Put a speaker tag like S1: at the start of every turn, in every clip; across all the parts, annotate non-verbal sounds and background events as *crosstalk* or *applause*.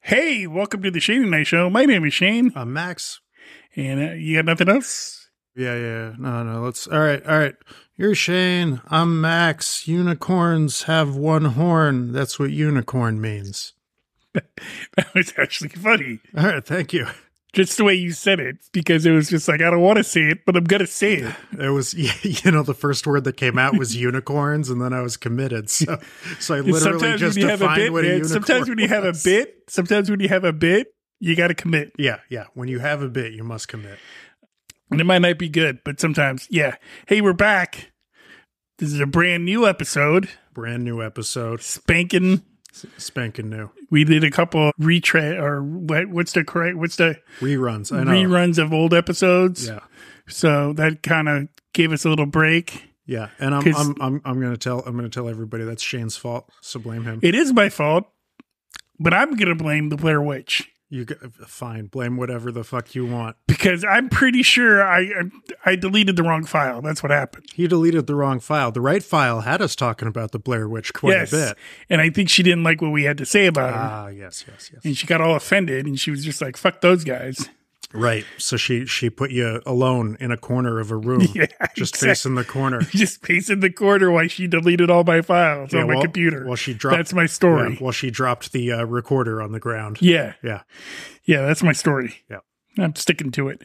S1: Hey, welcome to the Shane and I Show. My name is Shane,
S2: Uh, Max.
S1: and uh, you got nothing else? *laughs*
S2: Yeah, yeah. No, no. Let's. All right, all right. You're Shane. I'm Max. Unicorns have one horn. That's what unicorn means.
S1: That was actually funny.
S2: All right. Thank you. *laughs*
S1: Just the way you said it, because it was just like, I don't want to say it, but I'm going to say it.
S2: It was, *laughs* you know, the first word that came out
S1: *laughs*
S2: was unicorns, and then I was committed. So, so I literally
S1: sometimes
S2: just
S1: when you have a
S2: defined
S1: bit,
S2: what a
S1: man,
S2: unicorn.
S1: sometimes when you have a
S2: was.
S1: bit, sometimes when you have a bit, you got to commit.
S2: Yeah, yeah. When you have a bit, you must commit.
S1: And it might not be good, but sometimes, yeah. Hey, we're back. This is a brand new episode,
S2: Brand new episode,
S1: spanking.
S2: s- spanking new
S1: We did a couple retread or what, what's the correct, what's the
S2: reruns. I know.
S1: reruns of old episodes.
S2: Yeah,
S1: So that kind of gave us a little break.
S2: yeah. And I'm,
S1: 'Cause-
S2: I'm, I'm, I'm gonna tell, I'm gonna tell everybody that's Shane's fault. So blame him.
S1: It is my fault, but I'm going to blame the Blair Witch
S2: You g- fine. Blame whatever the fuck you want.
S1: because I'm pretty sure I I, I deleted the wrong file. That's what happened.
S2: He deleted the wrong file. The right file had us talking about the Blair Witch quite
S1: yes.
S2: a bit.
S1: And I think she didn't like what we had to say about her.
S2: Ah, yes, yes, yes.
S1: And she got all offended and she was just like, fuck those
S2: *laughs*
S1: guys. *laughs*
S2: Right. So she she put you alone in a corner of a room,
S1: *laughs* Yeah,
S2: just
S1: exactly.
S2: facing
S1: *laughs*
S2: the corner.
S1: Just pacing the corner while she deleted all my files
S2: Yeah,
S1: on my
S2: while-
S1: computer.
S2: while she dropped-
S1: That's my
S2: Yeah,
S1: story.
S2: while she dropped the uh, recorder on the ground.
S1: Yeah.
S2: Yeah.
S1: Yeah, that's my story.
S2: Yeah.
S1: I'm sticking to it.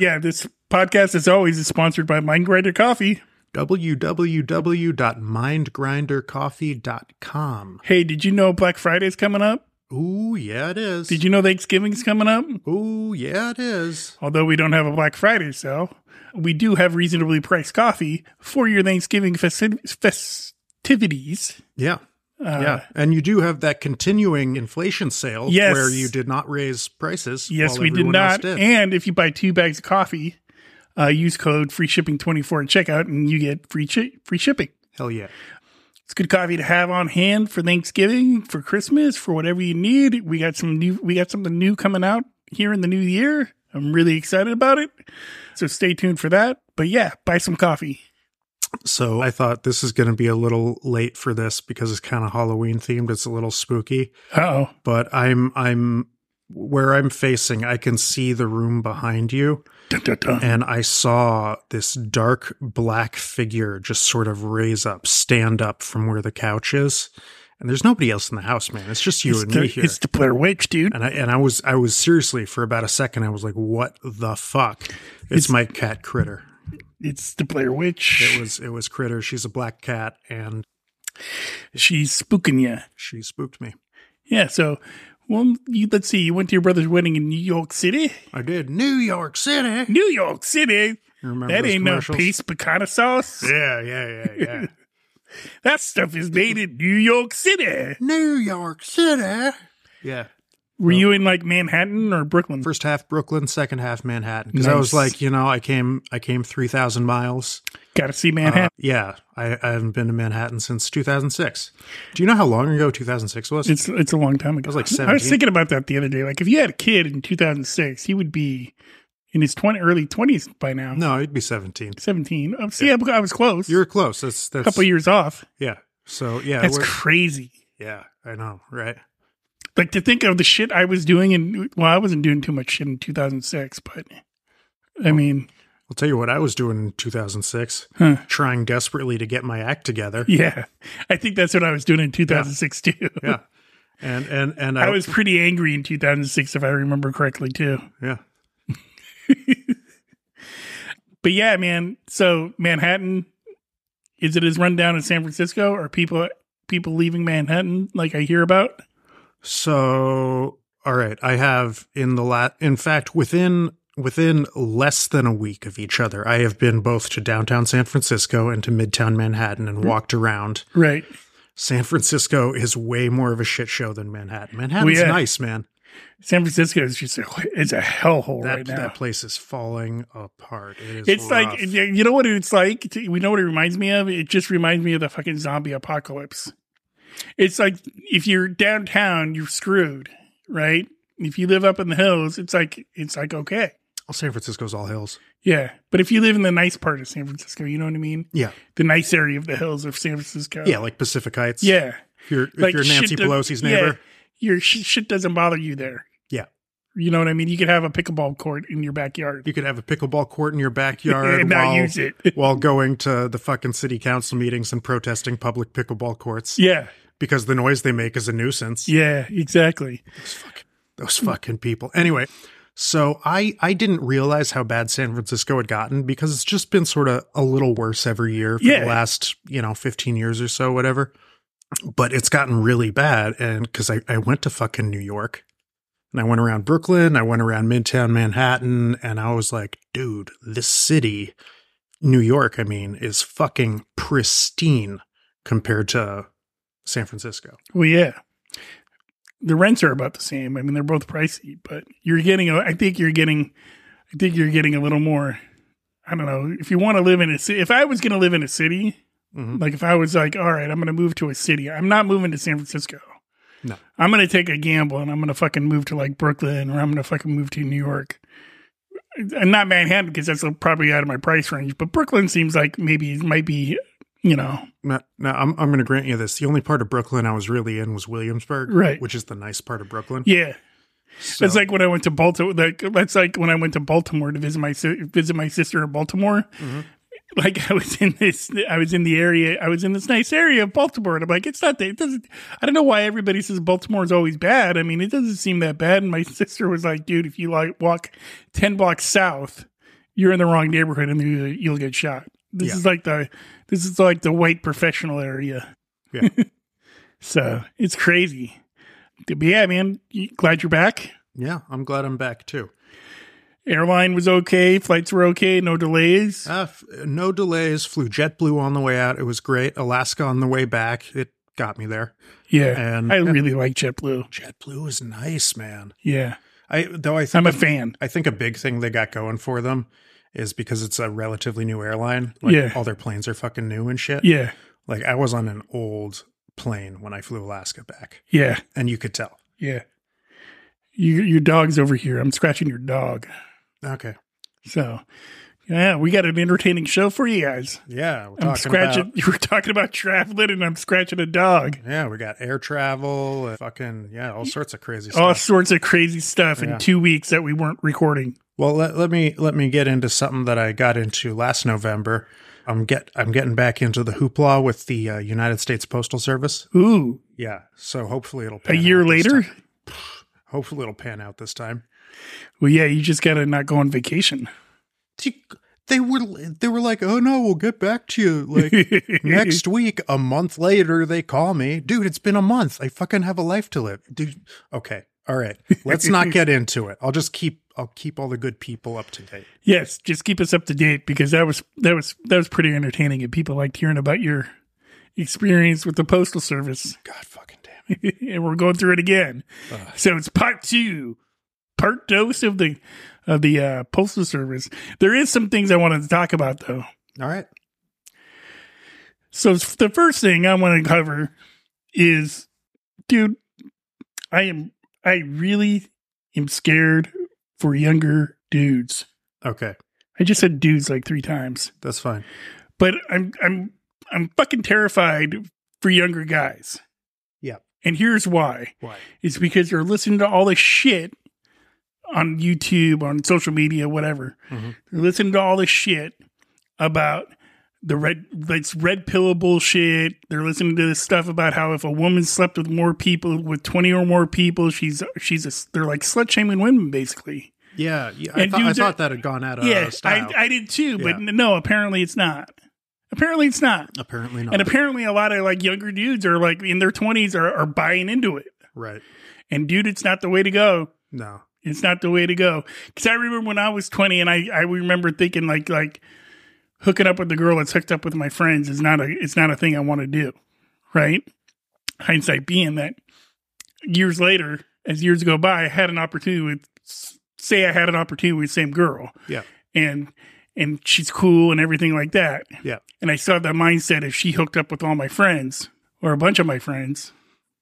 S1: Yeah, this podcast, as always, is sponsored by Mind Grinder Coffee.
S2: www.mindgrindercoffee.com.
S1: Hey, did you know Black Friday's coming up?
S2: Ooh, yeah, it is.
S1: Did you know Thanksgiving's coming up?
S2: Ooh, yeah, it is.
S1: Although we don't have a Black Friday sale, we do have reasonably priced coffee for your Thanksgiving festi- festivities.
S2: Yeah.
S1: Uh,
S2: Yeah, and you do have that continuing inflation sale
S1: Yes.
S2: where you did not raise prices.
S1: Yes,
S2: while
S1: we did
S2: everyone else
S1: not. And if you buy two bags of coffee, uh, use code free shipping 24 at checkout and you get free chi- free shipping.
S2: Hell yeah.
S1: It's good coffee to have on hand for Thanksgiving, for Christmas, for whatever you need. We got some new we got something new coming out here in the new year. I'm really excited about it. So stay tuned for that. But yeah, buy some coffee.
S2: So I thought this is going to be a little late for this because it's kind of Halloween themed. It's a little spooky,
S1: Uh-oh.
S2: but I'm I'm where I'm facing. I can see the room behind you,
S1: Dun, dun, dun.
S2: and I saw this dark black figure just sort of raise up, stand up from where the couch is. And there's nobody else in the house, man. It's just you
S1: It's
S2: and
S1: the,
S2: me here.
S1: it's the Blair Witch, dude.
S2: And I and I was I was seriously for about a second. I was like, "What the fuck?" It's,
S1: It's-
S2: my cat Critter.
S1: It's the Blair Witch.
S2: It was it was Critter. She's a black cat, and
S1: She's spooking you.
S2: she spooked me.
S1: Yeah, so well, you, let's see. You went to your brother's wedding in New York City.
S2: I did New York City.
S1: New York City.
S2: You remember
S1: That
S2: those
S1: ain't no
S2: commercials?
S1: piece piccata sauce.
S2: Yeah, yeah, yeah, yeah.
S1: *laughs* That stuff is made in New York City.
S2: New York City. Yeah.
S1: Were you in like Manhattan or Brooklyn?
S2: First half Brooklyn, second half Manhattan. Because I
S1: Nice.
S2: was like, you know, I came I came three thousand miles.
S1: Got to see
S2: Uh,
S1: Manhattan.
S2: yeah, I, I haven't been to Manhattan since 2006. Do you know how long ago 2006 was?
S1: it's it's a long time ago.
S2: I was like
S1: I was
S2: 17.
S1: thinking about that the other day. Like if you had a kid in 2006, he would be in his 20 early 20s by now.
S2: no, it'd be 17.
S1: 17. Oh, see, I- I was close.
S2: You're close. That's
S1: a
S2: that's
S1: couple years off.
S2: yeah. So yeah,
S1: That's
S2: we're-
S1: crazy.
S2: yeah. I know, right?
S1: Like to think of the shit I was doing in well, I wasn't doing too much shit in 2006, but
S2: Oh.
S1: I mean,
S2: I'll tell you what I was doing in 2006,
S1: Huh.
S2: trying desperately to get my act together.
S1: yeah. I think that's what I was doing in 2006 too.
S2: yeah, and and
S1: *laughs*
S2: and
S1: I was pretty angry in 2006 if I remember correctly too.
S2: yeah.
S1: But yeah, man. So Manhattan, is it as rundown as San Francisco? Are people people leaving Manhattan like I hear about?
S2: So, all right, I have in the lat. In fact, within within less than a week of each other, I have been both to downtown San Francisco and to Midtown Manhattan
S1: Hmm.
S2: and walked around.
S1: Right.
S2: San Francisco is way more of a shit show than Manhattan. Manhattan's
S1: yeah.
S2: nice, man.
S1: San Francisco is just a, it's a hellhole
S2: That
S1: right now.
S2: that place is falling apart. It is
S1: It's
S2: rough.
S1: like you know what it's like. We know what it reminds me of. It just reminds me of the fucking zombie apocalypse. It's like if you're downtown, you're screwed, right? If you live up in the hills, it's like it's like okay,
S2: Well, San Francisco's all hills.
S1: yeah. But if you live in the nice part of San Francisco, you know what I mean,
S2: Yeah,
S1: the nice area of the hills of San Francisco,
S2: yeah, like Pacific Heights.
S1: yeah.
S2: if you're, if
S1: Like
S2: you're Nancy
S1: shit that-
S2: Pelosi's
S1: yeah.
S2: neighbor.
S1: your sh- shit doesn't bother you there.
S2: Yeah.
S1: You know what I mean? You could have a pickleball court in your backyard
S2: You could have a pickleball court in your
S1: *laughs*
S2: backyard
S1: and not
S2: while,
S1: use it.
S2: while going to the fucking city council meetings and protesting public pickleball courts
S1: yeah.
S2: because the noise they make is a nuisance.
S1: Yeah, exactly.
S2: Those fucking people. Anyway, so I I didn't realize how bad San Francisco had gotten because it's just been sort of a little worse every year for
S1: Yeah.
S2: the last, you know, 15 years or so, whatever. But it's gotten really bad. And because I, I went to fucking New York and I went around Brooklyn, I went around Midtown Manhattan, and I was like, dude, this city, New York, I mean, is fucking pristine compared to San Francisco.
S1: Well, yeah. The rents are about the same. I mean, they're both pricey, but you're getting. a- I think you're getting. I think you're getting a little more. I don't know if you want to live in a city. If I was going to live in a city,
S2: Mhm.
S1: like if I was like, all right, I'm going to move to a city. I'm not moving to San Francisco.
S2: No.
S1: I'm going to take a gamble and I'm going to fucking move to like Brooklyn or I'm going to fucking move to New York. And not Manhattan because that's probably out of my price range, but Brooklyn seems like maybe it might be, you know,
S2: Now, now I'm, I'm going to grant you this. The only part of Brooklyn I was really in was Williamsburg,
S1: Right.
S2: Which is the nice part of Brooklyn.
S1: yeah.
S2: So-
S1: That's like when I went to Baltimore. Like that's like when I went to Baltimore to visit my si- visit my sister in Baltimore.
S2: Mhm.
S1: Like I was in this, I was in the area, I was in this nice area of Baltimore, and I'm like, it's not that. It doesn't. I don't know why everybody says Baltimore is always bad. I mean, it doesn't seem that bad. And my *laughs* sister was like, dude, if you like walk ten blocks south, you're in the wrong neighborhood, and you- you'll get shot. This
S2: Yeah.
S1: is like the this is like the white professional area.
S2: Yeah.
S1: *laughs* so it's crazy. But yeah, man, you- glad you're back
S2: yeah, I'm glad I'm back too.
S1: airline was okay, flights were okay, no delays.
S2: Uh, f- no delays. Flew JetBlue on the way out. It was great. Alaska on the way back. It got me there.
S1: yeah,
S2: And
S1: I really like JetBlue.
S2: JetBlue is nice, man.
S1: Yeah,
S2: I though I think
S1: I'm a fan.
S2: I think a big thing they got going for them is because it's a relatively new airline. Like
S1: Yeah.
S2: all their planes are fucking new and shit.
S1: Yeah,
S2: Like I was on an old plane when I flew Alaska back,
S1: yeah,
S2: and you could tell.
S1: yeah. You, your dog's over here. I'm scratching your dog.
S2: Okay.
S1: So, yeah, we got an entertaining show for you guys.
S2: Yeah, we're
S1: I'm scratching. *laughs* you were talking about traveling, and I'm scratching a dog.
S2: About, yeah, we got air travel, and fucking yeah, all sorts of crazy
S1: All
S2: stuff.
S1: sorts of crazy stuff
S2: Yeah.
S1: in two weeks that we weren't recording.
S2: Well, let, let me let me get into something that I got into last November. I'm get I'm getting back into the hoopla with the uh, United States Postal Service.
S1: Ooh,
S2: Yeah, so hopefully it'll
S1: a
S2: pan
S1: year
S2: out this
S1: later.
S2: time. Hopefully it'll pan out this time.
S1: Well, yeah, you just gotta not go on vacation. *laughs*
S2: They were they were like, oh no, we'll get back to you like next week. A month later, they call me, dude. It's been a month. I fucking have a life to live, dude. Okay, all right. Let's *laughs* not get into it. I'll just keep I'll keep all the good people up to date.
S1: Yes, just keep us up to date because that was that was that was pretty entertaining and people liked hearing about your experience with the postal service. *laughs*
S2: God fucking damn. it.
S1: and we're going through it again.
S2: Ugh.
S1: So it's part 2. Part dose of the of the uh, postal service. There is some things I wanted to talk about though.
S2: All right.
S1: So s- the first thing I want to cover is, dude, I am I really am scared for younger dudes.
S2: Okay.
S1: I just said dudes like three times.
S2: That's fine.
S1: but I'm I'm I'm fucking terrified for younger guys.
S2: Yeah.
S1: And here's why.
S2: Why?
S1: It's because they're listening to all this shit on YouTube, on social media, whatever.
S2: Mhm.
S1: They're listening to all this shit about the red that's red pill bullshit. They're listening to this stuff about how if a woman slept with more people, with twenty or more people, she's she's a, they're like slut shaming women basically.
S2: Yeah. yeah I,
S1: And
S2: thought, I
S1: dudes are-
S2: thought that had gone out of
S1: yeah,
S2: Uh, style.
S1: I, I did too, but
S2: Yeah.
S1: n- no, apparently it's not. Apparently it's not.
S2: Apparently not.
S1: And apparently, a lot of like younger dudes are like in their 20s are, are buying into it.
S2: right.
S1: And dude, it's not the way to go.
S2: No.
S1: It's not the way to go. Because I remember when I was 20 and I, I remember thinking like, like hooking up with the girl that's hooked up with my friends is not a, it's not a thing I want to do. Right. Hindsight being that years later, as years go by, I had an opportunity with, say I had an opportunity with the same girl
S2: Yeah.
S1: and and she's cool and everything like that.
S2: Yeah.
S1: And I still have that mindset if she hooked up with all my friends or a bunch of my friends,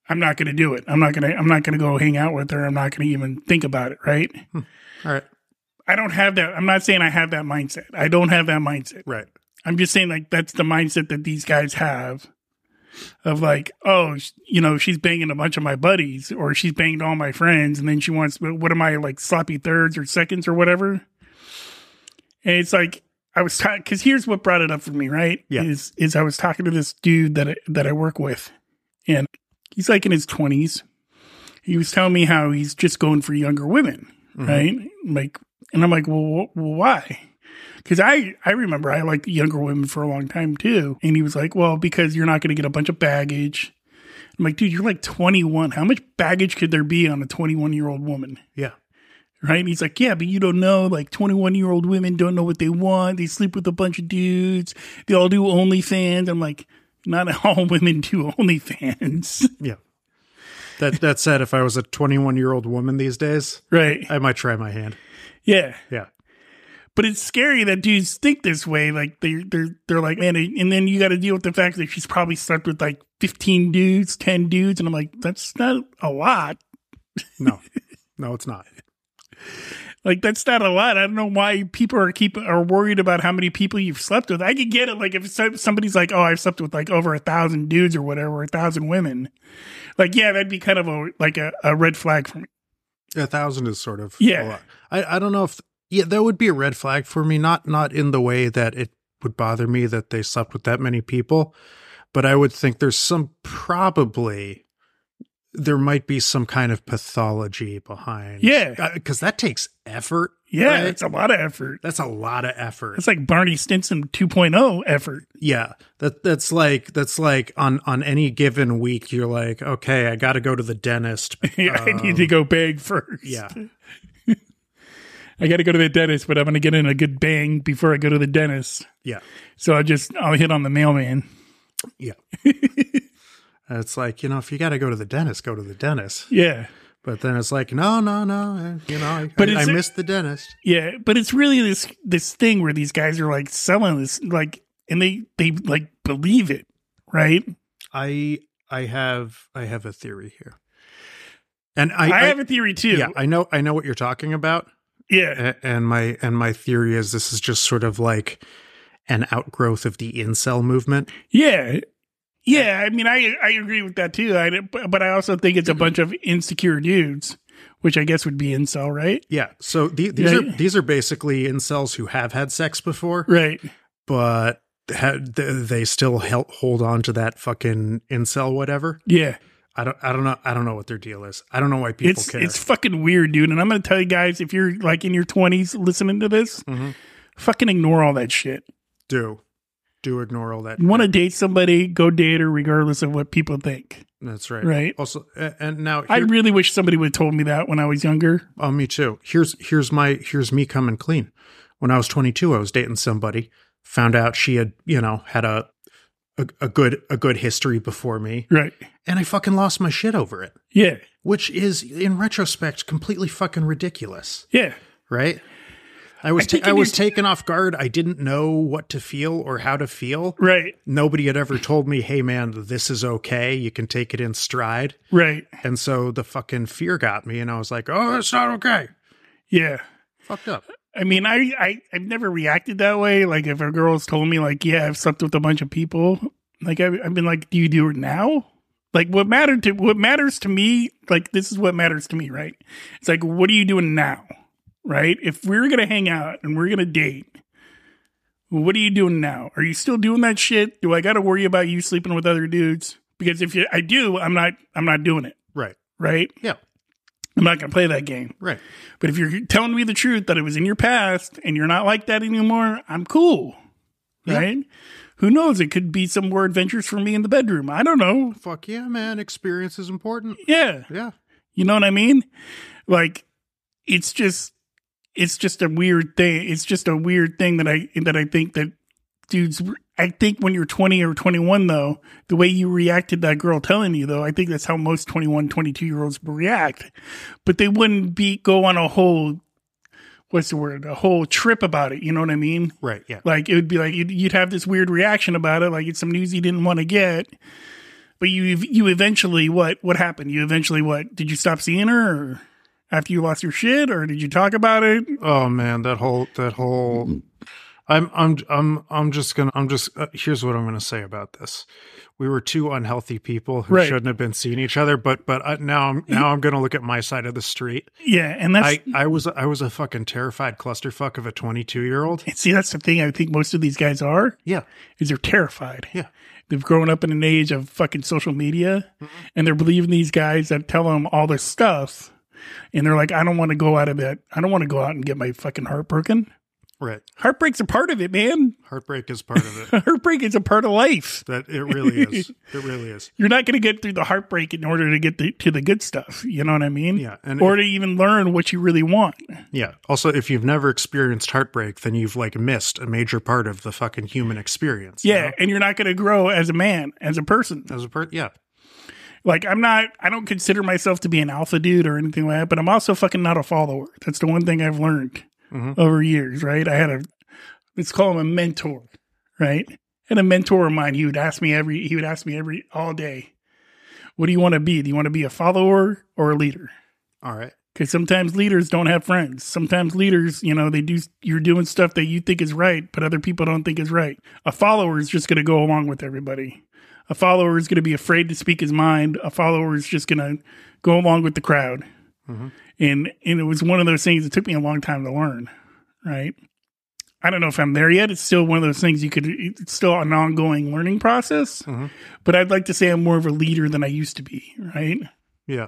S1: I'm not gonna do it. I'm not gonna I'm not gonna go hang out with her. I'm not gonna even think about it, right?
S2: All right.
S1: I don't have that I'm not saying I have that mindset. I don't have that mindset.
S2: Right.
S1: I'm just saying like that's the mindset that these guys have. of like, oh, sh- you know, she's banging a bunch of my buddies or she's banged all my friends. And then she wants, but what am I like sloppy thirds or seconds or whatever? And it's like, I was talking, cause here's what brought it up for me, right?
S2: Yeah.
S1: Is, is I was talking to this dude that, I, that I work with and he's like in his twenties. He was telling me how he's just going for younger women,
S2: Mhm.
S1: right? Like, and I'm like, well, wh- well why? Because I, I remember I liked younger women for a long time too. And he was like, well, because you're not going to get a bunch of baggage. I'm like, dude, you're like 21. How much baggage could there be on a 21 year old woman?
S2: Yeah.
S1: Right? And he's like, yeah, but you don't know. Like 21 year old women don't know what they want. They sleep with a bunch of dudes. They all do OnlyFans. I'm like, not *laughs* all women do OnlyFans. *laughs*
S2: Yeah. That that said, if I was a 21 year old woman these days,
S1: right.
S2: I might try my hand.
S1: Yeah.
S2: Yeah.
S1: But it's scary that dudes think this way. Like they're they're they're like, man, and then you got to deal with the fact that she's probably slept with like fifteen dudes, ten dudes, and I'm like, that's not a lot.
S2: *laughs* No, no, it's not.
S1: Like that's not a lot. I don't know why people are keep are worried about how many people you've slept with. I could get it. Like if some- somebody's like, oh, I've slept with like over a thousand dudes or whatever, a thousand women. Like yeah, that'd be kind of a like a, a red flag for me.
S2: A thousand is sort of
S1: Yeah.
S2: A lot. I I don't know if yeah that would be a red flag for me. Not not in the way that it would bother me that they slept with that many people, but I would think there's some probably there might be some kind of pathology behind.
S1: Yeah.
S2: because that takes effort.
S1: Yeah,
S2: Right.
S1: it's a lot of effort.
S2: That's a lot of effort.
S1: It's like Barney Stinson 2.0 effort.
S2: yeah that that's like that's like on on any given week you're like okay i gotta go to
S1: *laughs*
S2: the dentist
S1: I need to
S2: Um,
S1: go bang first.
S2: yeah
S1: I got to go to the dentist, but I'm going to get in a good bang before I go to the dentist.
S2: yeah
S1: So I just I'll hit on the mailman.
S2: And it's like you know if you gotta go to the dentist go to the dentist
S1: Yeah,
S2: but then it's like no no no eh, you know i,
S1: But
S2: I,
S1: is
S2: I
S1: it-
S2: missed the dentist
S1: yeah. But it's really this this thing where these guys are like selling this, like, and they they like believe it, right?
S2: i i have i have a theory here and i,
S1: I,
S2: I-
S1: have a theory too.
S2: yeah i know i know what you're talking about
S1: yeah,
S2: A- and my and my theory is this is just sort of like an outgrowth of the incel movement
S1: yeah. Yeah, I mean, I I agree with that too. I but but I also think it's a bunch of insecure dudes, which I guess would be incel, right?
S2: Yeah. So the, these
S1: Yeah.
S2: are these are basically incels who have had sex before,
S1: Right.
S2: but had, th- they still hel- hold on to that fucking incel whatever.
S1: Yeah.
S2: I don't. I don't know. I don't know what their deal is. I don't know why people
S1: It's
S2: care.
S1: it's fucking weird, dude. And I'm gonna tell you guys, if you're like in your 20s listening to this,
S2: Mhm.
S1: fucking ignore all that shit.
S2: Do do ignore all that.
S1: You want to date somebody, go date her regardless of what people think.
S2: That's right.
S1: Right.
S2: Also, a- and now
S1: I
S2: here-
S1: really wish somebody would have told me that when I was younger.
S2: Oh, me too. Here's here's my here's me coming clean. When I was 22, I was dating somebody. Found out she had you know had a a, a good a good history before me,
S1: Right.
S2: and I fucking lost my shit over it.
S1: Yeah.
S2: which is in retrospect completely fucking ridiculous,
S1: Yeah.
S2: right? I was
S1: I
S2: ta-
S1: think
S2: I
S1: in
S2: was
S1: your-
S2: taken off guard. I didn't know what to feel or how to feel.
S1: Right.
S2: Nobody had ever told me, "Hey man, this is okay. You can take it in stride."
S1: Right.
S2: And so the fucking fear got me and I was like, "Oh, it's not okay."
S1: Yeah.
S2: Fucked up.
S1: I mean, I, I I've never reacted that way. Like if a girl's told me like, yeah, I've slept with a bunch of people, like I've, I've been like, do you do it now? Like what mattered to what matters to me? Like this is what matters to me, right? It's like, what are you doing now, right? If we're gonna hang out and we're gonna date, what are you doing now? Are you still doing that shit? Do I got to worry about you sleeping with other dudes? Because if you, I do, I'm not I'm not doing it,
S2: Right.
S1: right?
S2: Yeah.
S1: I'm not gonna play that game.
S2: Right.
S1: But if you're telling me the truth that it was in your past and you're not like that anymore, I'm cool.
S2: Yeah.
S1: Right? Who knows? It could be some more adventures for me in the bedroom. I don't know.
S2: Fuck yeah, man. Experience is important.
S1: Yeah.
S2: Yeah.
S1: You know what I mean? Like it's just it's just a weird thing. It's just a weird thing that I that I think that dudes I think when you're 20 or 21 though, the way you reacted to that girl telling you though, I think that's how most 21, 22 year olds react. But they wouldn't be go on a whole what's the word? A whole trip about it, you know what I mean?
S2: Right. Yeah.
S1: Like it would be like you'd, you'd have this weird reaction about it, like it's some news you didn't want to get. But you you eventually what what happened? You eventually what did you stop seeing her or after you lost your shit, or did you talk about it?
S2: Oh man, that whole that whole I'm I'm I'm I'm just gonna I'm just uh, here's what I'm gonna say about this. We were two unhealthy people who
S1: Right.
S2: shouldn't have been seeing each other, but but uh, now I'm now I'm gonna look at my side of the street.
S1: Yeah, and that's
S2: I I was I was a fucking terrified clusterfuck of a 22 year old.
S1: see that's the thing I think most of these guys are
S2: Yeah,
S1: is they're terrified.
S2: Yeah.
S1: They've grown up in an age of fucking social media
S2: Mm-hmm.
S1: and they're believing these guys that tell them all this stuff and they're like I don't want to go out of it. I don't want to go out and get my fucking heart broken.
S2: right.
S1: Heartbreak's a part of it, man.
S2: Heartbreak is part of it.
S1: *laughs* Heartbreak is a part of life.
S2: that it really is. It really is.
S1: You're not going to get through the heartbreak in order to get the, to the good stuff. You know what I mean?
S2: Yeah, and
S1: or to even learn what you really want.
S2: Yeah. Also, if you've never experienced heartbreak, then you've like missed a major part of the fucking human experience. you
S1: Yeah, and you're not going to grow as a man, as a person.
S2: know? As a part, yeah.
S1: Like I'm not I don't consider myself to be an alpha dude or anything like that, but I'm also fucking not a follower. That's the one thing I've learned
S2: Mhm.
S1: over years, right? I had a let's call him a mentor, right? And a mentor of mine, he would ask me every he would ask me every all day, what do you want to be? Do you want to be a follower or a leader?
S2: All right.
S1: Because sometimes leaders don't have friends. Sometimes leaders, you know, they do. You're doing stuff that you think is right, but other people don't think is right. A follower is just going to go along with everybody. A follower is going to be afraid to speak his mind. A follower is just going to go along with the crowd.
S2: Mhm.
S1: And and it was one of those things. It took me a long time to learn. Right. I don't know if I'm there yet. It's still one of those things you could. It's still an ongoing learning process.
S2: Mhm.
S1: But I'd like to say I'm more of a leader than I used to be. Right.
S2: Yeah.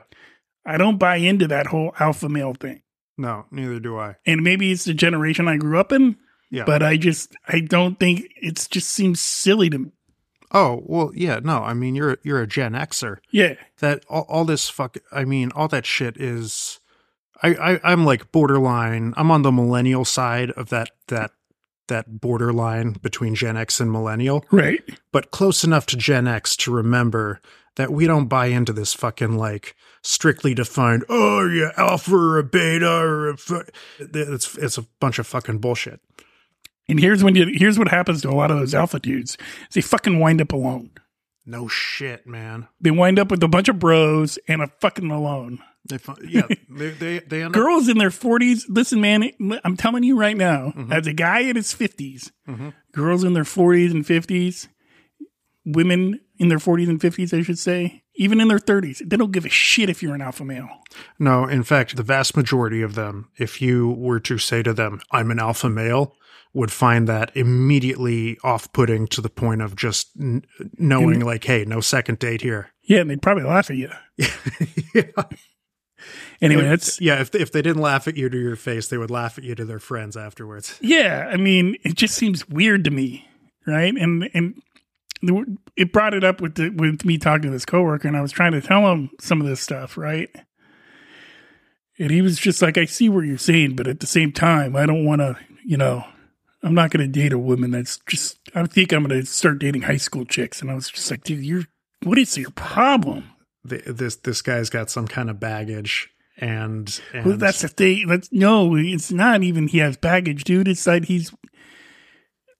S1: I don't buy into that whole alpha male thing
S2: No, neither do I.
S1: and maybe it's the generation I grew up in,
S2: Yeah.
S1: but I just I don't think it's just seems silly to me.
S2: oh well, yeah. No, I mean you're you're a Gen Xer.
S1: Yeah,
S2: That all, all this fuck. I mean all that shit is. I, I I'm like borderline. I'm on the millennial side of that that that borderline between Gen X and millennial.
S1: right.
S2: but close enough to Gen X to remember that we don't buy into this fucking like strictly defined. Oh, are you alpha or a beta or a fu-" it's it's a bunch of fucking bullshit.
S1: And here's when you here's what happens to a lot of those alpha dudes. is They fucking wind up alone.
S2: No shit, man.
S1: They wind up with a bunch of bros and a fucking alone.
S2: They fu- yeah they they they end up,
S1: Girls in their 40s, listen, man, I'm telling you right now,
S2: Mhm.
S1: as a guy in his 50s,
S2: Mhm.
S1: girls in their 40s and 50s, women in their 40s and 50s, I should say, even in their 30s, they don't give a shit if you're an alpha male.
S2: no. In fact, the vast majority of them, if you were to say to them, "I'm an alpha male." Would find that immediately off-putting to the point of just n- knowing, like, hey, no second date here.
S1: Yeah, and they'd probably laugh at you. Anyway, that's
S2: yeah. If if they didn't laugh at you to your face, they would laugh at you to their friends afterwards.
S1: yeah. I mean, it just seems weird to me, right? And and the- it brought it up with the, with me talking to this coworker, and I was trying to tell him some of this stuff, right? And he was just like, "I see what you're saying, but at the same time, I don't want to, you know, I'm not going to date a woman that's just. I think I'm going to start dating high school chicks." And I was just like, "Dude, you're what is your problem?"
S2: Th this this guy's got some kind of baggage, and, and
S1: Well, that's the thing. That's no, it's not even he has baggage, dude. It's like he's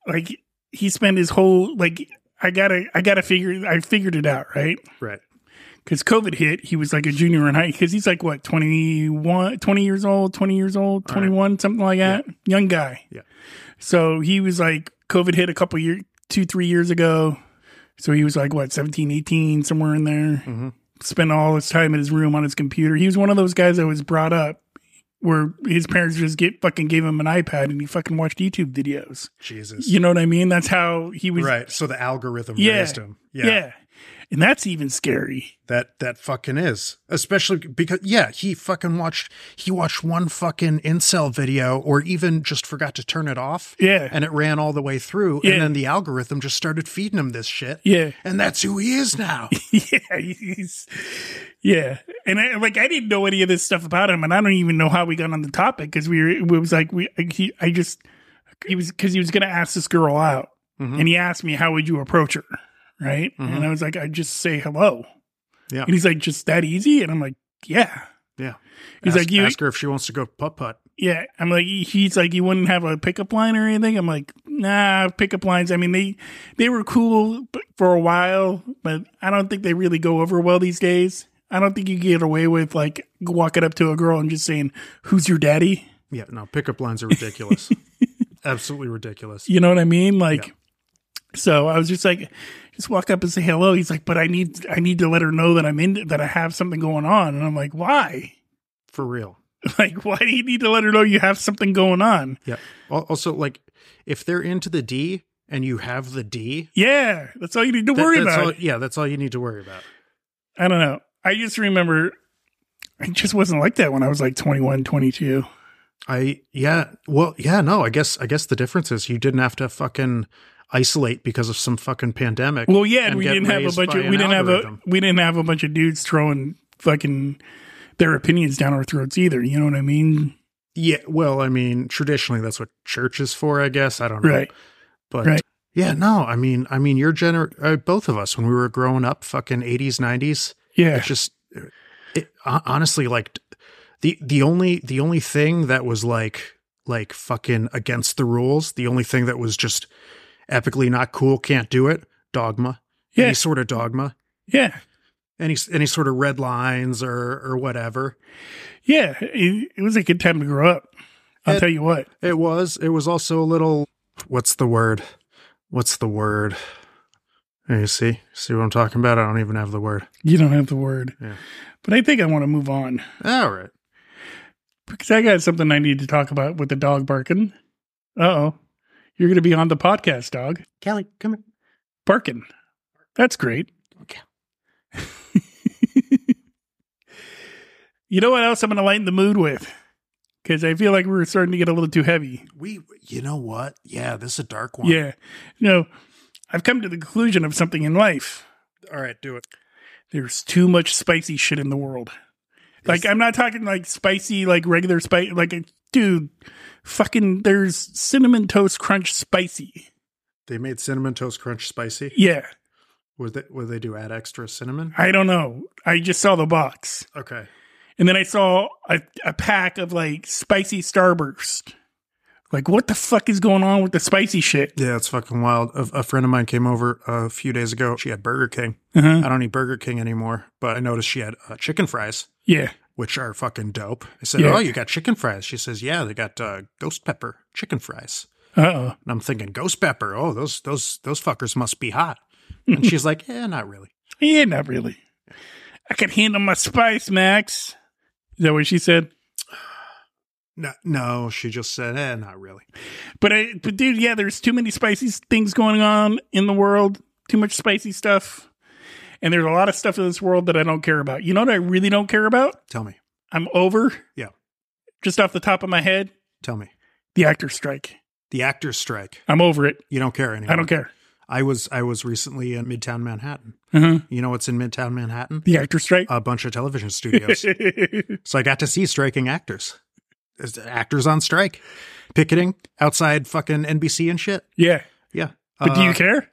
S1: like he spent his whole like I gotta I gotta figure I figured it out right
S2: right.
S1: because COVID hit. He was like a junior in high because he's like what 21, 20 years old, twenty years old,
S2: right.
S1: twenty one, something like that, young guy.
S2: Yeah.
S1: So he was like COVID hit a couple years, two three years ago. So he was like what 17, 18, somewhere in there
S2: Mhm.
S1: spent all his time in his room on his computer. He was one of those guys that was brought up where his parents just get fucking gave him an iPad and he fucking watched YouTube videos.
S2: Jesus.
S1: You know what I mean? That's how he was.
S2: right. So the algorithm
S1: Yeah,
S2: raised him.
S1: Yeah. And that's even scary.
S2: That that fucking is. Especially because yeah, he fucking watched he watched one fucking incel video or even just forgot to turn it off.
S1: Yeah.
S2: And it ran all the way through.
S1: Yeah.
S2: And then the algorithm just started feeding him this shit.
S1: Yeah.
S2: And that's who he is
S1: *laughs*
S2: now.
S1: yeah. He's, yeah. And I, like, I didn't know any of this stuff about him. And I don't even know how we got on the topic because we were, it was like, we, he, I just, he was, because he was going to ask this girl out.
S2: Mhm.
S1: And he asked me, how would you approach her? Right.
S2: Mhm.
S1: And I was like, I just say hello.
S2: Yeah.
S1: And he's like, just that easy? And I'm like, yeah.
S2: Yeah.
S1: He's
S2: ask,
S1: like, you,
S2: ask her if she wants to go putt putt.
S1: yeah. I'm like, he's like, you wouldn't have a pickup line or anything. I'm like, nah, pickup lines. I mean, they, they were cool b- for a while, but I don't think they really go over well these days. I don't think you get away with like walking up to a girl and just saying, who's your daddy? *laughs*
S2: Yeah, no, pickup lines are ridiculous. absolutely ridiculous.
S1: You know what I mean? Like, so I was just like, just walk up and say hello. He's like, but I need, I need to let her know that I'm in, that I have something going on. And I'm like, why? *laughs*
S2: For real.
S1: Like, why do you need to let her know you have something going on?
S2: Al- Also, like, if they're into the D and you have the D,
S1: Yeah, that's all you need to
S2: that-
S1: worry
S2: that's
S1: about.
S2: all- yeah, that's all you need to worry about.
S1: I don't know. I just remember I just wasn't like that when I was like 21, 22.
S2: I yeah. Well, yeah. No, I guess I guess the difference is you didn't have to fucking isolate because of some fucking pandemic.
S1: Well, yeah, and
S2: And
S1: we
S2: get
S1: didn't have a
S2: raised
S1: bunch
S2: by
S1: of
S2: an
S1: we didn't have
S2: algorithm.
S1: a we didn't have a bunch of dudes throwing fucking their opinions down our throats either. You know what I mean?
S2: yeah. Well, I mean, traditionally that's what church is for. I guess I don't know.
S1: Right.
S2: But
S1: Right.
S2: yeah, no. I mean, I mean, your gener uh, both of us when we were growing up, fucking eighties, nineties.
S1: Yeah.
S2: It's just it, hon- honestly like the the only the only thing that was like like fucking against the rules, the only thing that was just epically not cool, can't do it, dogma.
S1: Yeah.
S2: Any sort of dogma.
S1: Yeah.
S2: Any any sort of red lines or or whatever.
S1: Yeah. It, it was a good time to grow up. I'll
S2: It-
S1: tell you what.
S2: It was it was also a little what's the word? What's the word? There you see. See what I'm talking about? I don't even have the word.
S1: You don't have the word.
S2: Yeah.
S1: But I think I want to move on
S2: All right.
S1: because I got something I need to talk about with the dog barking. Uh oh. You're going to be on the podcast, dog.
S2: Kelly, come here.
S1: Barking. That's great.
S2: Okay.
S1: *laughs* you know what else I'm going to lighten the mood with? Because I feel like we're starting to get a little too heavy.
S2: We you know what? Yeah, this is a dark one.
S1: Yeah. You know, I've come to the conclusion of something in life.
S2: All right, do it.
S1: There's too much spicy shit in the world. Like, I'm not talking like spicy, like regular spice. Like, dude, fucking, there's cinnamon toast crunch spicy.
S2: They made cinnamon toast crunch spicy.
S1: Yeah.
S2: Would they would they do add extra cinnamon?
S1: I don't know. I just saw the box.
S2: Okay.
S1: And then I saw a, a pack of like spicy Starburst. Like, what the fuck is going on with the spicy shit?
S2: Yeah, it's fucking wild. A, a friend of mine came over a few days ago. She had Burger King.
S1: Uh-huh. Hmm.
S2: I don't eat Burger King anymore, but I noticed she had uh, chicken fries,
S1: Yeah.
S2: which are fucking dope. I said,
S1: Yeah.
S2: "Oh, you got chicken fries?" She says, "Yeah, they got uh, ghost pepper chicken fries."
S1: Uh oh.
S2: And I'm thinking, "Ghost pepper? Oh, those those those fuckers must be hot." And she's like, "Yeah, not really."
S1: Yeah, not really. I can handle my spice, Max. Is that what she said?
S2: No, no, she just said, "Eh, not really."
S1: But I, but dude, yeah, there's too many spicy things going on in the world. Too much spicy stuff. And there's a lot of stuff in this world that I don't care about. You know what I really don't care about?
S2: Tell me,
S1: I'm over.
S2: Yeah.
S1: Just off the top of my head,
S2: tell me.
S1: the actor strike.
S2: The actors' strike.
S1: I'm over it.
S2: You don't care anymore.
S1: I don't care.
S2: I was I was recently in Midtown Manhattan.
S1: Uh-huh.
S2: You know what's in Midtown Manhattan?
S1: The actor strike.
S2: A bunch of television studios. so I got to see striking actors. There's actors on strike, picketing outside fucking NBC and shit.
S1: *laughs* yeah.
S2: Yeah.
S1: But do
S2: Uh,
S1: you care?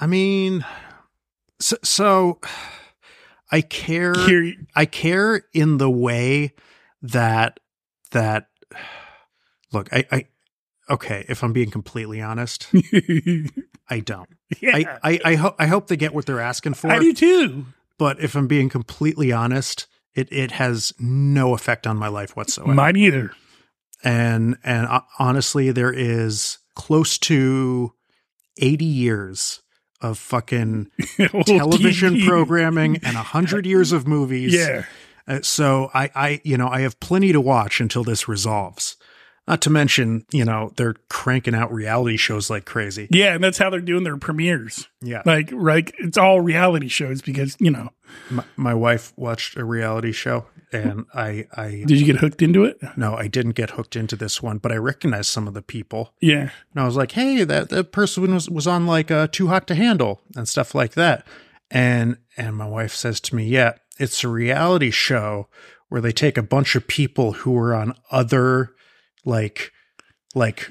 S2: I mean, so, so I care.
S1: Here,
S2: I care in the way that that. Look, I, I okay. If I'm being completely honest, I don't.
S1: *laughs* yeah,
S2: I I, I, ho- I hope they get what they're asking for.
S1: I, do too.
S2: but if I'm being completely honest, it it has no effect on my life whatsoever.
S1: Mine either. *laughs*
S2: and and uh, honestly, there is close to eighty years of *laughs* fucking Oh, television *laughs* programming and a hundred years of movies.
S1: Yeah,
S2: Uh, so I I you know I have plenty to watch until this resolves. Not to mention, you know, they're cranking out reality shows like crazy.
S1: yeah, and that's how they're doing their premieres.
S2: Yeah.
S1: Like, like it's all reality shows because you know.
S2: My, my wife watched a reality show and I I
S1: Did you get hooked into it?
S2: No, I didn't get hooked into this one, but I recognized some of the people.
S1: Yeah,
S2: And I was like, hey, that, that person was, was on like uh, Too Hot to Handle and stuff like that. And and my wife says to me, yeah, it's a reality show where they take a bunch of people who are on other like like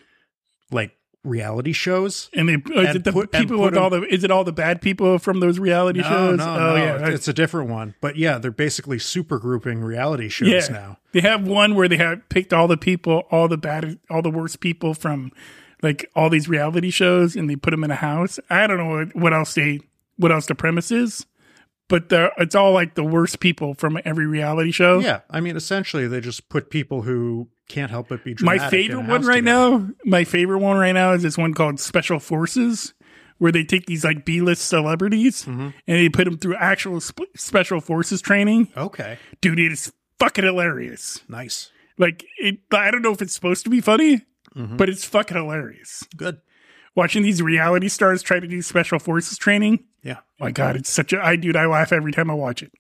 S2: like reality shows.
S1: and they is
S2: And
S1: it the
S2: put- and
S1: people
S2: put
S1: with all the is it all the bad people from those reality shows? oh yeah,
S2: it's, it's a different one. But yeah, they're basically super grouping reality shows
S1: Yeah.
S2: now.
S1: They have one where they have picked all the people, all the bad, all the worst people from like all these reality shows, and they put them in a house. I don't know what, what else they, what else the premise is, but the, it's all like the worst people from every reality show.
S2: Yeah, I mean, essentially, they just put people who can't help but be
S1: My
S2: dramatic in
S1: favorite
S2: a
S1: one
S2: house
S1: right
S2: together.
S1: now, my favorite one right now is this one called Special Forces, where they take these like B list celebrities
S2: Mm-hmm.
S1: and they put them through actual sp- special forces training.
S2: Okay,
S1: Dude, it is fucking hilarious.
S2: nice,
S1: Like, it, I don't know if it's supposed to be funny, but it's fucking hilarious.
S2: good.
S1: Watching these reality stars try to do special forces training.
S2: Yeah,
S1: My God, it's such a I dude. I laugh every time I watch it.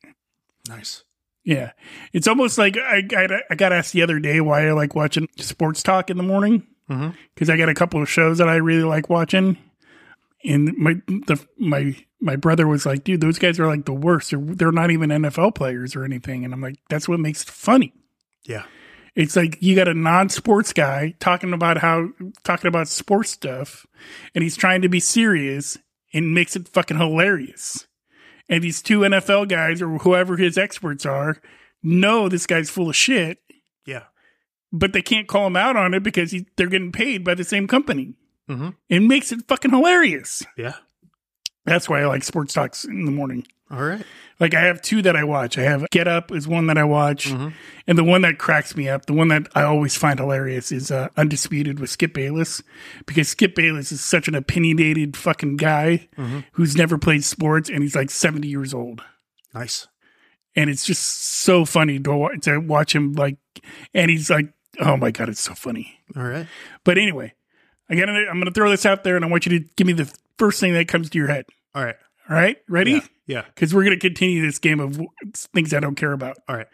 S2: nice.
S1: Yeah, it's almost like I I, I got asked the other day why I like watching sports talk in the morning
S2: Mhm.
S1: because I got a couple of shows that I really like watching, and my the my my brother was like, dude, those guys are like the worst. They're, they're not even NFL players or anything, and I'm like, that's what makes it funny.
S2: Yeah,
S1: It's like you got a non-sports guy talking about how talking about sports stuff, and he's trying to be serious and makes it fucking hilarious. And these two NFL guys or whoever his experts are know this guy's full of shit,
S2: yeah,
S1: but they can't call him out on it because he, they're getting paid by the same company.
S2: hmm
S1: It makes it fucking hilarious.
S2: yeah.
S1: That's why I like sports talks in the morning.
S2: All right.
S1: Like I have two that I watch. I have Get Up is one that I watch,
S2: Mhm.
S1: and the one that cracks me up, the one that I always find hilarious, is uh, Undisputed with Skip Bayless, because Skip Bayless is such an opinionated fucking guy
S2: Mhm.
S1: who's never played sports, and he's like seventy years old,
S2: Nice.
S1: and it's just so funny to, wa- to watch him like, and he's like, oh my god, it's so funny.
S2: All right.
S1: But anyway, I got. I'm gonna throw this out there, and I want you to give me the first thing that comes to your head.
S2: All right.
S1: All right, ready?
S2: Yeah. yeah.
S1: because we're going to continue this game of w- things I don't care about.
S2: All right.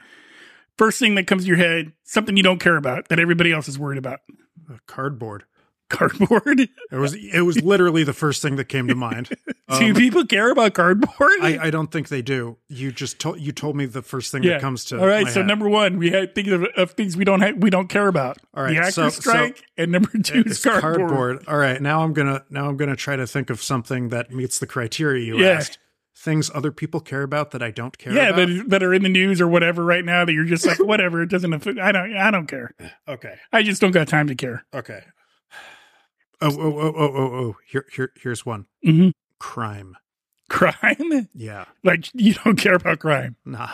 S1: First thing that comes to your head, something you don't care about that everybody else is worried about. *laughs*
S2: Uh, cardboard.
S1: Cardboard. *laughs*
S2: It was it was literally the first thing that came to mind.
S1: Do
S2: Um,
S1: people care about cardboard? *laughs*
S2: I, I don't think they do. You just told you told me the first thing that comes to
S1: All right,
S2: my
S1: so
S2: head.
S1: number one, we had think of, of things we don't ha- we don't care about.
S2: All right,
S1: the actor
S2: so- so-
S1: strike, and number two is
S2: It's
S1: cardboard.
S2: cardboard. All right, now I'm gonna now I'm gonna try to think of something that meets the criteria you
S1: Yeah.
S2: asked. Things other people care about that I don't care
S1: Yeah,
S2: about.
S1: that, that are in the news or whatever right now. That you're just like whatever. It doesn't. Affect, I don't. I don't care.
S2: okay,
S1: I just don't got time to care.
S2: okay. Oh, oh, oh, oh, oh, oh. Here, here, here's one.
S1: hmm
S2: Crime.
S1: *laughs* Crime?
S2: Yeah,
S1: Like you don't care about crime? *laughs*
S2: nah.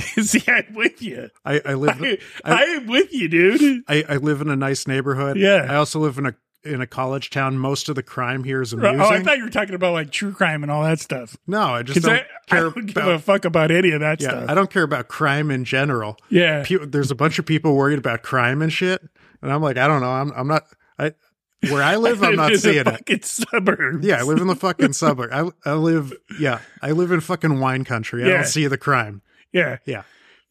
S1: See, I'm with you.
S2: I, I live.
S1: *laughs* I, I am with you, dude.
S2: I, I live in a nice neighborhood.
S1: Yeah.
S2: I also live in a in a college town. Most of the crime here is
S1: *laughs*
S2: amusing.
S1: Oh, I thought you were talking about like true crime and all that stuff.
S2: no, I just
S1: Because
S2: don't
S1: I, I
S2: care
S1: don't give
S2: about.
S1: a fuck about any of that
S2: yeah,
S1: stuff.
S2: I don't care about crime in general.
S1: yeah.
S2: Pe- there's a bunch of people worried about crime and shit, and I'm like, I don't know. I'm I'm not. I where I
S1: *laughs*
S2: live, I'm not
S1: in the
S2: seeing it.
S1: fucking suburbs.
S2: Yeah, I live in
S1: *laughs*
S2: the fucking suburb. I I live. Yeah, I live in fucking wine country. I
S1: Yeah.
S2: don't see the crime.
S1: yeah,
S2: Yeah.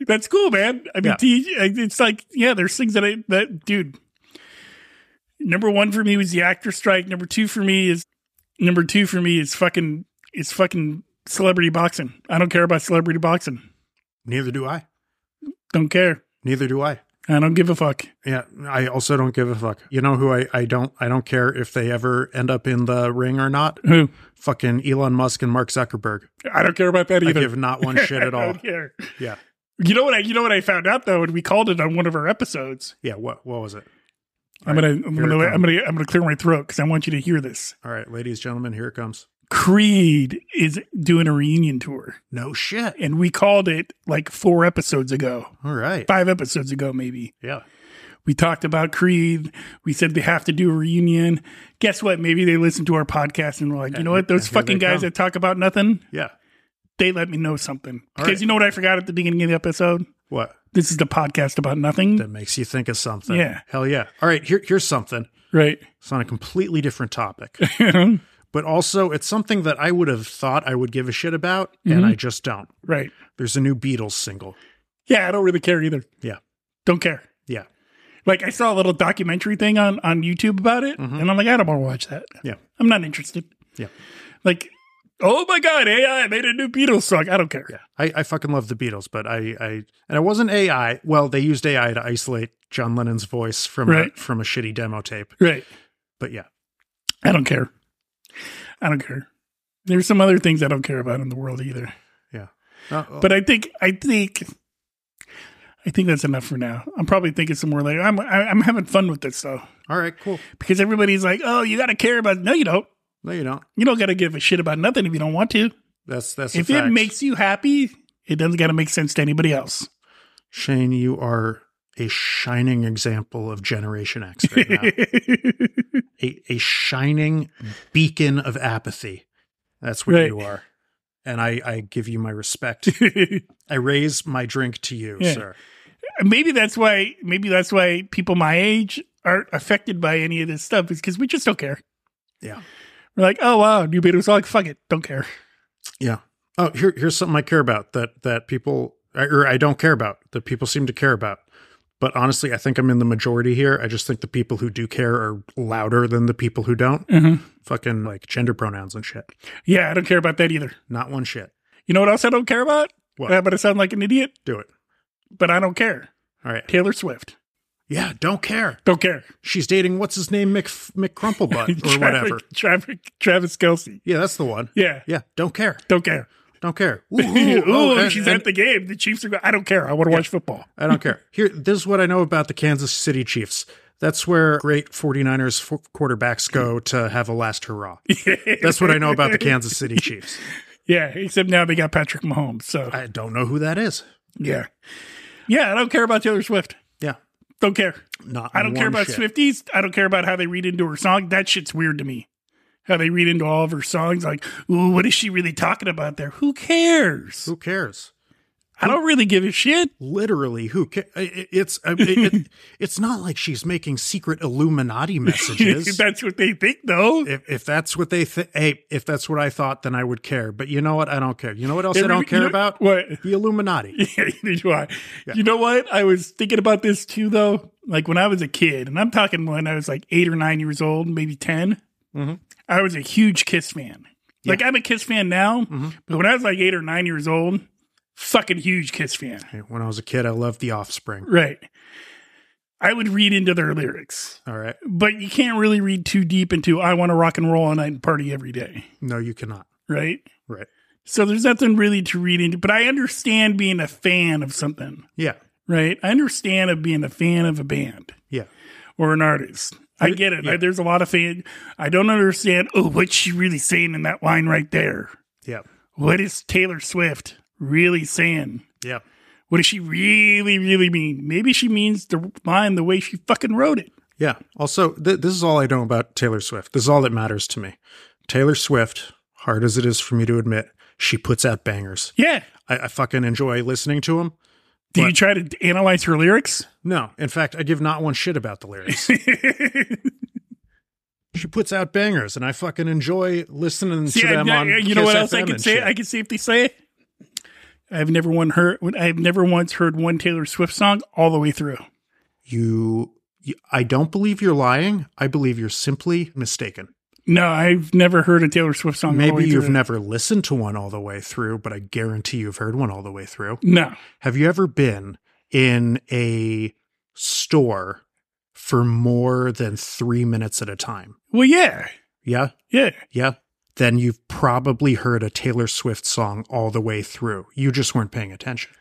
S1: That's cool, man. I mean,
S2: Yeah.
S1: t- it's like yeah, there's things that I that dude. Number one for me was the actor strike. Number two for me is number two for me is fucking is fucking celebrity boxing. I don't care about celebrity boxing.
S2: Neither do I.
S1: Don't care.
S2: Neither do I.
S1: I don't give a fuck.
S2: Yeah, I also don't give a fuck. You know who I, I don't I don't care if they ever end up in the ring or not.
S1: Who?
S2: Fucking Elon Musk and Mark Zuckerberg.
S1: I don't care about that
S2: I
S1: either.
S2: give not one
S1: *laughs*
S2: shit at
S1: I
S2: all.
S1: don't care.
S2: Yeah.
S1: You know what I you know what I found out though, and we called it on one of our episodes.
S2: Yeah, what what was it?
S1: I'm
S2: All
S1: gonna
S2: right,
S1: I'm
S2: here it
S1: gonna
S2: comes.
S1: I'm gonna I'm gonna clear my throat because I want you to hear this.
S2: All right, ladies, gentlemen, here it comes.
S1: Creed is doing a reunion tour,
S2: No shit.
S1: and we called it like four episodes ago,
S2: All right.
S1: five episodes ago maybe.
S2: Yeah.
S1: We talked about Creed. We said they have to do a reunion. Guess what? Maybe they listened to our podcast and were like, you
S2: And
S1: know
S2: here-
S1: what? Those
S2: and here they
S1: fucking guys
S2: come.
S1: that talk about nothing,
S2: Yeah.
S1: they let me know something.
S2: All
S1: Because
S2: right.
S1: you know what I forgot at the beginning of the episode?
S2: What?
S1: This is the podcast about nothing.
S2: That makes you think of something.
S1: Yeah.
S2: Hell yeah. All right, here here's something.
S1: right. *laughs*
S2: It's on a completely different topic. but also it's something that I would have thought I would give a shit about, and I just don't.
S1: right.
S2: There's a new Beatles single.
S1: Yeah, I don't really care either.
S2: Yeah.
S1: Don't care.
S2: Yeah.
S1: Like I saw a little documentary thing on on YouTube about it, and I'm like, I don't want to watch that.
S2: Mm-hmm. Yeah.
S1: I'm not interested.
S2: Yeah.
S1: Like, oh my god, AI made a new Beatles song. I don't care.
S2: Yeah, I, I fucking love the Beatles, but I, I and it wasn't AI. Well, they used AI to isolate John Lennon's voice from
S1: Right.
S2: a, from a shitty demo tape.
S1: Right.
S2: But yeah,
S1: I don't care. I don't care. There's some other things I don't care about in the world either.
S2: yeah. Uh,
S1: But I think I think I think that's enough for now. I'm probably thinking some more later. I'm I- I'm having fun with this though
S2: all right, cool.
S1: because everybody's like, oh, you got to care about. No, you don't.
S2: No, you don't.
S1: You don't got to give a shit about nothing if you don't want to.
S2: That's that's a
S1: if it
S2: fact.
S1: makes you happy, it doesn't got to make sense to anybody else.
S2: Shane, you are a shining example of Generation X right now.
S1: *laughs*
S2: a, a shining beacon of apathy. That's what
S1: Right.
S2: you are. And I, I give you
S1: *laughs*
S2: my respect. I raise my drink to you,
S1: Yeah.
S2: sir.
S1: maybe that's why maybe that's why people my age aren't affected by any of this stuff is because we just don't care.
S2: Yeah.
S1: We're like, oh wow, new Beatles like fuck it, don't care.
S2: Oh, here, here's something I care about that that people or I don't care about that people seem to care about. But honestly, I think I'm in the majority here. I just think the people who do care are louder than the people who don't.
S1: Mm-hmm.
S2: Fucking like gender pronouns and shit.
S1: Yeah, I don't care about that either.
S2: Not one shit.
S1: You know what else I don't care about?
S2: What?
S1: I'm gonna sound like an idiot,
S2: Do it.
S1: but I don't care.
S2: All right.
S1: Taylor Swift,
S2: Yeah, don't care.
S1: don't care.
S2: She's dating what's his name, Mick
S1: *laughs*
S2: Mick Crumplebutt or whatever.
S1: Travis, Travis Kelsey.
S2: Yeah, that's the one.
S1: Yeah,
S2: Yeah, don't care.
S1: don't care. *laughs*
S2: Don't care. Ooh,
S1: Ooh,
S2: oh, and-
S1: she's
S2: and-
S1: at the game. The Chiefs are. Go- I don't care. I want to watch football.
S2: I don't care. Here, this is what I know about the Kansas City Chiefs. That's where great 49ers f- quarterbacks go to have a
S1: *laughs*
S2: last hurrah. That's what I know about the Kansas City Chiefs.
S1: Yeah, except now they got Patrick Mahomes. So
S2: I don't know who that is.
S1: yeah, yeah. I don't care about Taylor Swift.
S2: Yeah.
S1: Don't care.
S2: Not
S1: I don't care
S2: one
S1: about
S2: shit.
S1: Swifties. I don't care about how they read into her song. That shit's weird to me. How they read into all of her songs, like, ooh, what is she really talking about there? Who cares?
S2: Who cares?
S1: I don't really give a shit.
S2: Literally, who cares? It's I- it, *laughs* it, it's not like she's making
S1: *laughs*
S2: secret Illuminati messages.
S1: That's what they think, though.
S2: if, if that's what they think, hey, if that's what I thought, then I would care. But you know what? I don't care. You know what else I
S1: Every-
S2: don't care
S1: you-
S2: about?
S1: What?
S2: The Illuminati.
S1: Yeah, *laughs* neither do I. You know what? I was thinking about this too, though. Like when I was a kid, and I'm talking when I was like eight or nine years old, maybe 10,
S2: Mhm.
S1: I was a huge Kiss fan. Like I'm a Kiss fan now, but when I was like eight or nine years old, fucking huge Kiss fan.
S2: Hey, When I was a kid, I loved The Offspring.
S1: Right. I would read into their lyrics,
S2: All right.
S1: but you can't really read too deep into I want to rock and roll all night and party every day.
S2: No, you cannot.
S1: Right.
S2: Right.
S1: So there's nothing really to read into, but I understand being a fan of something.
S2: Yeah.
S1: right? I understand of being a fan of a band
S2: Yeah.
S1: or an artist. I get it.
S2: Yeah.
S1: I, there's a lot of fan. I don't understand. Oh, what's she really saying in that line right there?
S2: Yeah.
S1: What is Taylor Swift really saying?
S2: Yeah.
S1: What does she really, really mean? Maybe she means the line the way she fucking wrote it.
S2: Yeah. Also, th- this is all I know about Taylor Swift. This is all that matters to me. Taylor Swift, hard as it is for me to admit, she puts out bangers.
S1: Yeah.
S2: I, I fucking enjoy listening to them.
S1: Do you
S2: What?
S1: try to analyze her lyrics? *laughs*
S2: No, in fact, I give not one shit about the lyrics.
S1: See,
S2: she puts out bangers, and I fucking enjoy listening to
S1: I,
S2: them
S1: I-
S2: on.
S1: you know
S2: Kiss
S1: what else I
S2: FM
S1: can
S2: and
S1: say?
S2: shit.
S1: I can see if they say it. I've never one heard. I've never once heard one Taylor Swift song all the way through.
S2: you, you, I don't believe you're lying. I believe you're simply mistaken.
S1: No, I've never heard a Taylor Swift song. all the
S2: Maybe
S1: way
S2: you've
S1: through.
S2: never listened to one all the way through, but I guarantee you've heard one all the way through.
S1: No.
S2: Have you ever been in a store for more than three minutes at a time?
S1: Well, yeah,
S2: Yeah.
S1: yeah.
S2: Yeah. Then you've probably heard a Taylor Swift song all the way through. You just weren't paying attention.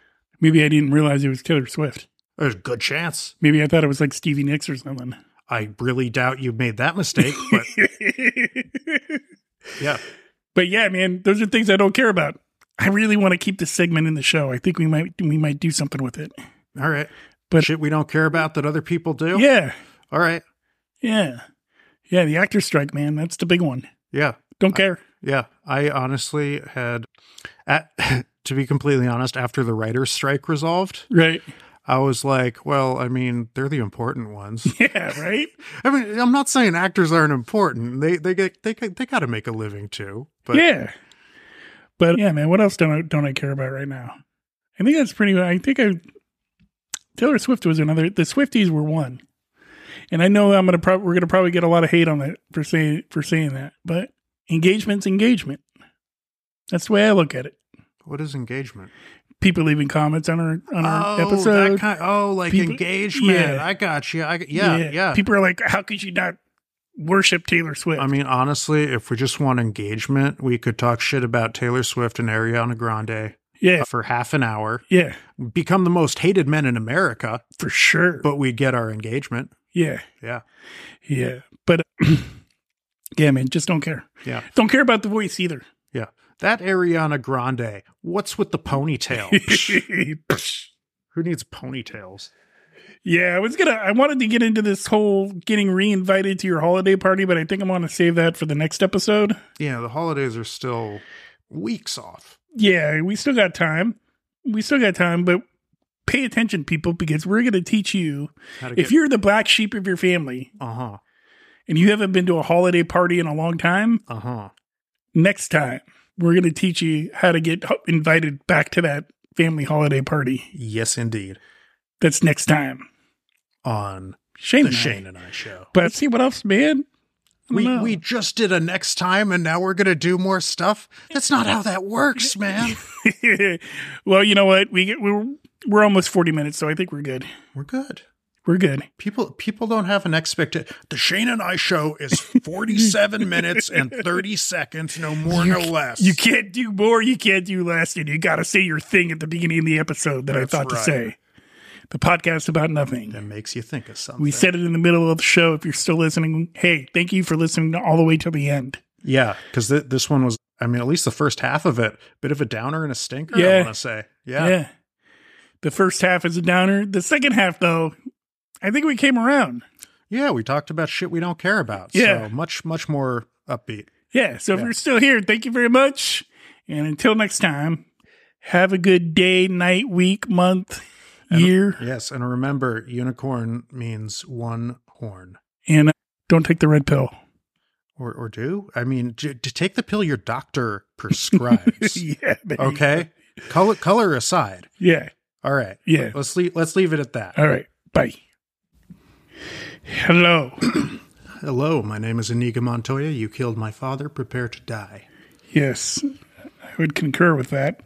S1: Maybe I didn't realize it was Taylor Swift.
S2: There's a good chance.
S1: Maybe I thought it was like Stevie Nicks or something.
S2: I really doubt you made that mistake, *laughs* but yeah.
S1: but yeah, man, those are things I don't care about. I really want to keep this segment in the show. I think we might we might do something with it.
S2: All right.
S1: But-
S2: But shit we don't care about that other people do.
S1: Yeah,
S2: All right.
S1: yeah, yeah. The actor strike, man, that's the big one.
S2: Yeah.
S1: Don't care.
S2: Yeah, I honestly had, at, *laughs* to be completely honest, after the writer's strike resolved,
S1: Right.
S2: I was like, well, I mean, they're the important ones.
S1: *laughs* Yeah. Right.
S2: I mean, I'm not saying actors aren't important. They they get they they got to make a living too. But
S1: yeah. But yeah, man, what else don't I, don't I care about right now? I think that's pretty. I think I Taylor Swift was another. The Swifties were one, and I know I'm gonna prob- we're gonna probably get a lot of hate on that for saying for saying that. But engagement's engagement. That's the way I look at it.
S2: what is engagement?
S1: People leaving comments on our on our
S2: Oh, that
S1: episode.
S2: kind oh, like
S1: People-
S2: engagement.
S1: yeah.
S2: I got you. I got- yeah, yeah.
S1: People are like, how could you not worship Taylor Swift?
S2: I mean, honestly, if we just want engagement, we could talk shit about Taylor Swift and Ariana Grande
S1: yeah,
S2: for half an hour,
S1: yeah,
S2: become the most hated men in America,
S1: for sure.
S2: but we get our engagement.
S1: yeah,
S2: Yeah.
S1: yeah. But *clears throat* yeah, man, just don't care.
S2: Yeah.
S1: Don't care about the voice either.
S2: Yeah. That
S1: *laughs*
S2: Ariana Oh, Grande, what's with the ponytail? Psh, Who needs ponytails?
S1: Yeah, I was gonna. I wanted to get into this whole getting reinvited to your holiday party, but I think I'm gonna save that for the next episode.
S2: Yeah, the holidays are still weeks off.
S1: Yeah, we still got time. We still got time, but pay attention, people, because we're gonna teach you.
S2: How to
S1: If you're the black sheep of your family
S2: uh huh,
S1: and you haven't been to a holiday party in a long time,
S2: uh huh.
S1: next time we're gonna teach you how to get ho- invited back to that family holiday party.
S2: Yes, indeed.
S1: That's next time.
S2: On
S1: Shane,
S2: the
S1: and I.
S2: Shane and I show,
S1: But let's see what else, man. I don't
S2: we
S1: know.
S2: we just did a next time, and now we're gonna do more stuff. That's not how that works, man.
S1: well, you know what? We get we're we're almost forty minutes, so I think *laughs* we're good.
S2: we're good.
S1: We're good.
S2: People people don't have an expectation. The Shane and I show
S1: *laughs*
S2: is forty seven minutes and thirty seconds, no more, no less.
S1: You can't do more. You can't do less, and you got to say your thing at the beginning of the episode that
S2: That's
S1: I thought
S2: right.
S1: to say. The podcast about nothing.
S2: that makes you think of something.
S1: We said it in the middle of the show. If you're still listening, hey, thank you for listening all the way till the end.
S2: yeah, because th- this one was. I mean, at least the first half of it, bit of a downer and a stinker. I
S1: Yeah.
S2: want to say, yeah.
S1: The first half is a downer. The second half, though, I think we came around.
S2: Yeah, we talked about shit we don't care about.
S1: Yeah.
S2: So much, much more upbeat.
S1: Yeah. So if
S2: Yeah.
S1: you're still here, thank you very much. And until next time, have a good day, night, week, month, year,
S2: Yes. And remember, unicorn means one horn.
S1: and uh, don't take the red
S2: *laughs*
S1: pill.
S2: Or, or do? I mean, j- to take the pill
S1: *laughs*
S2: your doctor prescribes.
S1: yeah. baby.
S2: okay. Color, color aside.
S1: Yeah.
S2: All right.
S1: Yeah. Uh-huh.
S2: Let's leave, let's leave it at that.
S1: All right. Bye. Hello.
S2: Hello, my name is Inigo Montoya. You killed my father. Prepare to die.
S1: yes, I would concur with that.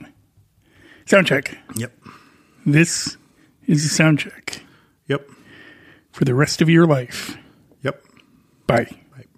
S1: Sound check.
S2: Yep.
S1: This is a sound check
S2: Yep.
S1: for the rest of your life.
S2: Yep.
S1: Bye.
S2: Right.